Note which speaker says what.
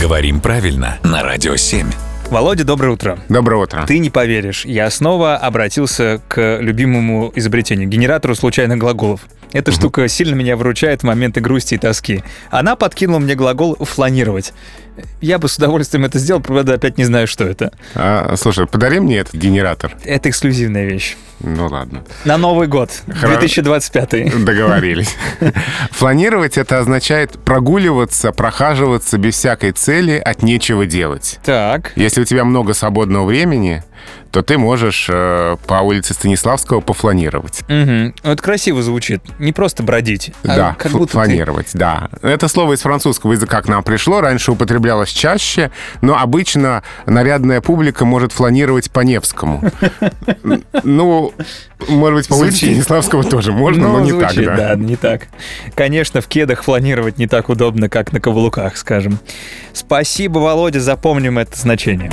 Speaker 1: Говорим правильно на Радио 7.
Speaker 2: Володя, доброе утро.
Speaker 3: Доброе утро.
Speaker 2: Ты не поверишь, я снова обратился к любимому изобретению, генератору случайных глаголов. Эта штука сильно меня выручает в моменты грусти и тоски. Она подкинула мне глагол «фланировать». Я бы с удовольствием это сделал, правда, опять не знаю, что это.
Speaker 3: А, слушай, подари мне этот генератор.
Speaker 2: Это эксклюзивная вещь.
Speaker 3: Ну ладно,
Speaker 2: На Новый год, 2025.
Speaker 3: договорились. Фланировать это означает прогуливаться, прохаживаться без всякой цели, от нечего делать.
Speaker 2: Так,
Speaker 3: Если у тебя много свободного времени, то ты можешь э, по улице Станиславского пофланировать.
Speaker 2: мгм. Ну, это красиво звучит. Не просто бродить, а
Speaker 3: да,
Speaker 2: как
Speaker 3: фл-
Speaker 2: будто ты-
Speaker 3: фланировать, да. Это слово из французского языка к нам пришло, раньше употреблялось чаще, но обычно нарядная публика может фланировать по Невскому. Н- Ну, может быть, по улице
Speaker 2: Звучит.
Speaker 3: Станиславского тоже можно,
Speaker 2: Ну,
Speaker 3: но не так,
Speaker 2: звучит,
Speaker 3: да.
Speaker 2: не так. Конечно, в кедах фланировать не так удобно, как на каблуках, скажем. Спасибо, Володя, запомним это значение.